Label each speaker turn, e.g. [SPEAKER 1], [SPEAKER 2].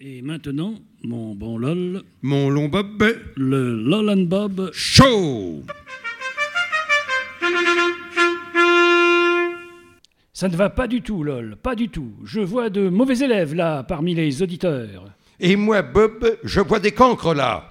[SPEAKER 1] Et maintenant, mon bon LOL,
[SPEAKER 2] Mon long bob
[SPEAKER 1] le LOL and Bob.
[SPEAKER 2] chaud.
[SPEAKER 1] Ça ne va pas du tout, LOL, pas du tout. Je vois de mauvais élèves là, parmi les auditeurs.
[SPEAKER 2] Et moi, Bob, je vois des cancres là.